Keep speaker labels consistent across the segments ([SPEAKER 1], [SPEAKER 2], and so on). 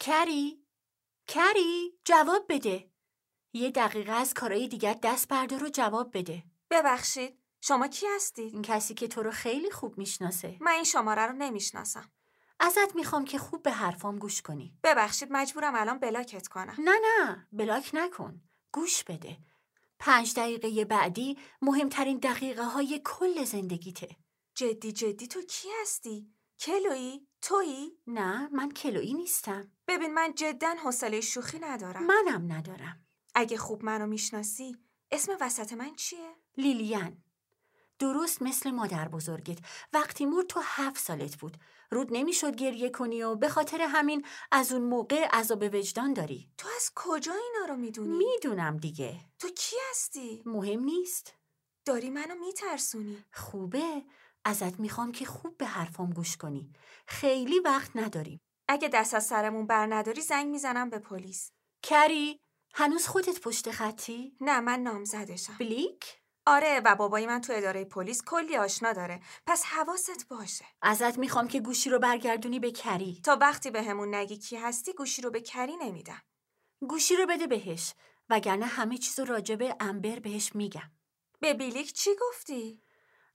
[SPEAKER 1] کری کری جواب بده یه دقیقه از کارای دیگه دست بردار و جواب بده
[SPEAKER 2] ببخشید شما کی هستید
[SPEAKER 1] این کسی که تو رو خیلی خوب میشناسه
[SPEAKER 2] من این شماره رو نمیشناسم
[SPEAKER 1] ازت میخوام که خوب به حرفام گوش کنی
[SPEAKER 2] ببخشید مجبورم الان بلاکت کنم
[SPEAKER 1] نه نه بلاک نکن گوش بده پنج دقیقه بعدی مهمترین دقیقه های کل زندگیته
[SPEAKER 2] جدی جدی تو کی هستی کلویی تویی
[SPEAKER 1] نه من کلویی نیستم
[SPEAKER 2] ببین من جدا حوصله شوخی ندارم
[SPEAKER 1] منم ندارم
[SPEAKER 2] اگه خوب منو میشناسی اسم وسط من چیه
[SPEAKER 1] لیلیان درست مثل مادر بزرگت وقتی مرد تو هفت سالت بود رود نمیشد گریه کنی و به خاطر همین از اون موقع عذاب وجدان داری
[SPEAKER 2] تو از کجا اینا رو میدونی
[SPEAKER 1] میدونم دیگه
[SPEAKER 2] تو کی هستی
[SPEAKER 1] مهم نیست
[SPEAKER 2] داری منو میترسونی
[SPEAKER 1] خوبه ازت میخوام که خوب به حرفام گوش کنی خیلی وقت نداریم
[SPEAKER 2] اگه دست از سرمون بر نداری زنگ میزنم به پلیس
[SPEAKER 1] کری هنوز خودت پشت خطی
[SPEAKER 2] نه من نامزدشم
[SPEAKER 1] بلیک
[SPEAKER 2] آره و بابای من تو اداره پلیس کلی آشنا داره پس حواست باشه
[SPEAKER 1] ازت میخوام که گوشی رو برگردونی به کری
[SPEAKER 2] تا وقتی بهمون نگی کی هستی گوشی رو به کری نمیدم
[SPEAKER 1] گوشی رو بده بهش وگرنه همه چیز رو راجع به امبر بهش میگم
[SPEAKER 2] به بیلیک چی گفتی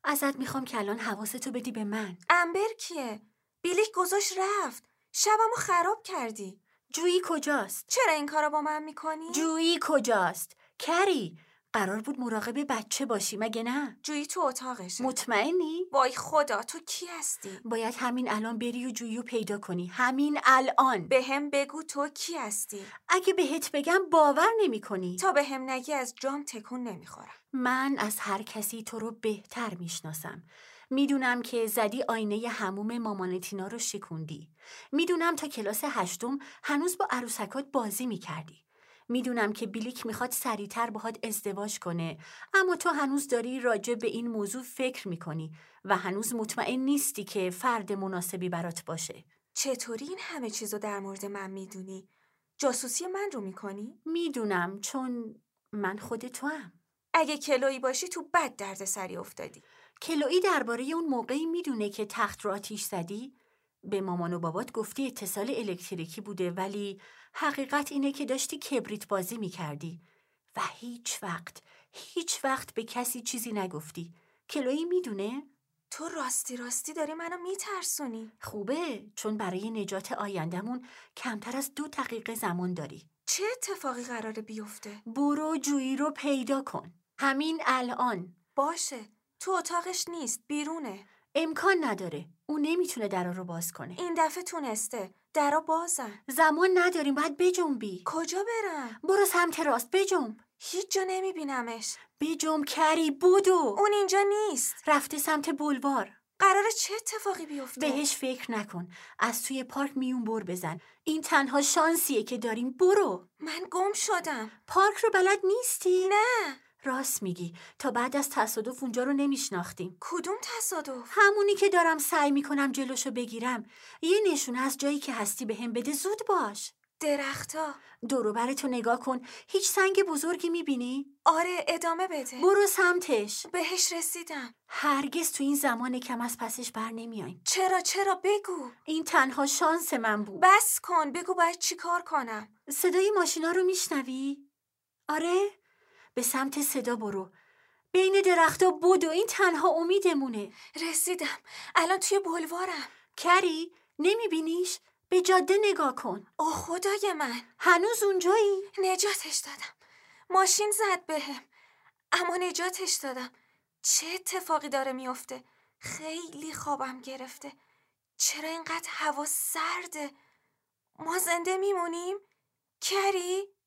[SPEAKER 1] ازت میخوام که الان حواستو بدی به من
[SPEAKER 2] امبر کیه بیلیک گذاشت رفت شبمو خراب کردی
[SPEAKER 1] جویی کجاست
[SPEAKER 2] چرا این کارو با من میکنی
[SPEAKER 1] جویی کجاست کری قرار بود مراقب بچه باشی مگه نه
[SPEAKER 2] جویی تو اتاقشه
[SPEAKER 1] مطمئنی
[SPEAKER 2] وای خدا تو کی هستی
[SPEAKER 1] باید همین الان بری و جویی رو پیدا کنی همین الان
[SPEAKER 2] به هم بگو تو کی هستی
[SPEAKER 1] اگه بهت بگم باور نمی کنی
[SPEAKER 2] تا به هم نگی از جام تکون نمیخورم
[SPEAKER 1] من از هر کسی تو رو بهتر میشناسم میدونم که زدی آینه هموم مامانتینا رو شکوندی میدونم تا کلاس هشتم هنوز با عروسکات بازی میکردی میدونم که بیلیک میخواد سریعتر باهات ازدواج کنه اما تو هنوز داری راجع به این موضوع فکر میکنی و هنوز مطمئن نیستی که فرد مناسبی برات باشه
[SPEAKER 2] چطوری این همه چیزو در مورد من میدونی جاسوسی من رو میکنی
[SPEAKER 1] میدونم چون من خود تو هم
[SPEAKER 2] اگه کلویی باشی تو بد درد سری افتادی
[SPEAKER 1] کلویی درباره اون موقعی میدونه که تخت رو آتیش زدی به مامان و بابات گفتی اتصال الکتریکی بوده ولی حقیقت اینه که داشتی کبریت بازی میکردی و هیچ وقت هیچ وقت به کسی چیزی نگفتی کلویی میدونه
[SPEAKER 2] تو راستی راستی داری منو میترسونی
[SPEAKER 1] خوبه چون برای نجات آیندهمون کمتر از دو دقیقه زمان داری
[SPEAKER 2] چه اتفاقی قراره بیفته
[SPEAKER 1] برو جویی رو پیدا کن همین الان
[SPEAKER 2] باشه تو اتاقش نیست بیرونه
[SPEAKER 1] امکان نداره او نمیتونه درا رو باز کنه
[SPEAKER 2] این دفعه تونسته درا بازن
[SPEAKER 1] زمان نداریم باید بجنبی
[SPEAKER 2] کجا برم
[SPEAKER 1] برو سمت راست بجنب
[SPEAKER 2] هیچ جا نمیبینمش
[SPEAKER 1] بجنب کری بودو
[SPEAKER 2] اون اینجا نیست
[SPEAKER 1] رفته سمت بلوار
[SPEAKER 2] قراره چه اتفاقی بیفته
[SPEAKER 1] بهش فکر نکن از توی پارک میون بر بزن این تنها شانسیه که داریم برو
[SPEAKER 2] من گم شدم
[SPEAKER 1] پارک رو بلد نیستی
[SPEAKER 2] نه
[SPEAKER 1] راست میگی تا بعد از تصادف اونجا رو نمیشناختیم
[SPEAKER 2] کدوم تصادف
[SPEAKER 1] همونی که دارم سعی میکنم جلوشو بگیرم یه نشونه از جایی که هستی بهم بده زود باش
[SPEAKER 2] درختا
[SPEAKER 1] دوروبرتو نگاه کن هیچ سنگ بزرگی میبینی
[SPEAKER 2] آره ادامه بده
[SPEAKER 1] برو سمتش
[SPEAKER 2] بهش رسیدم
[SPEAKER 1] هرگز تو این زمان کم از پسش بر نمیایم
[SPEAKER 2] چرا چرا بگو
[SPEAKER 1] این تنها شانس من بود
[SPEAKER 2] بس کن بگو باید چیکار کنم
[SPEAKER 1] صدای ماشینا رو میشنوی آره به سمت صدا برو بین درختا بدو این تنها امیدمونه
[SPEAKER 2] رسیدم الان توی بلوارم
[SPEAKER 1] کری نمیبینیش به جاده نگاه کن
[SPEAKER 2] او خدای من
[SPEAKER 1] هنوز اونجایی
[SPEAKER 2] نجاتش دادم ماشین زد بهم اما نجاتش دادم چه اتفاقی داره میافته خیلی خوابم گرفته چرا اینقدر هوا سرده ما زنده میمونیم کری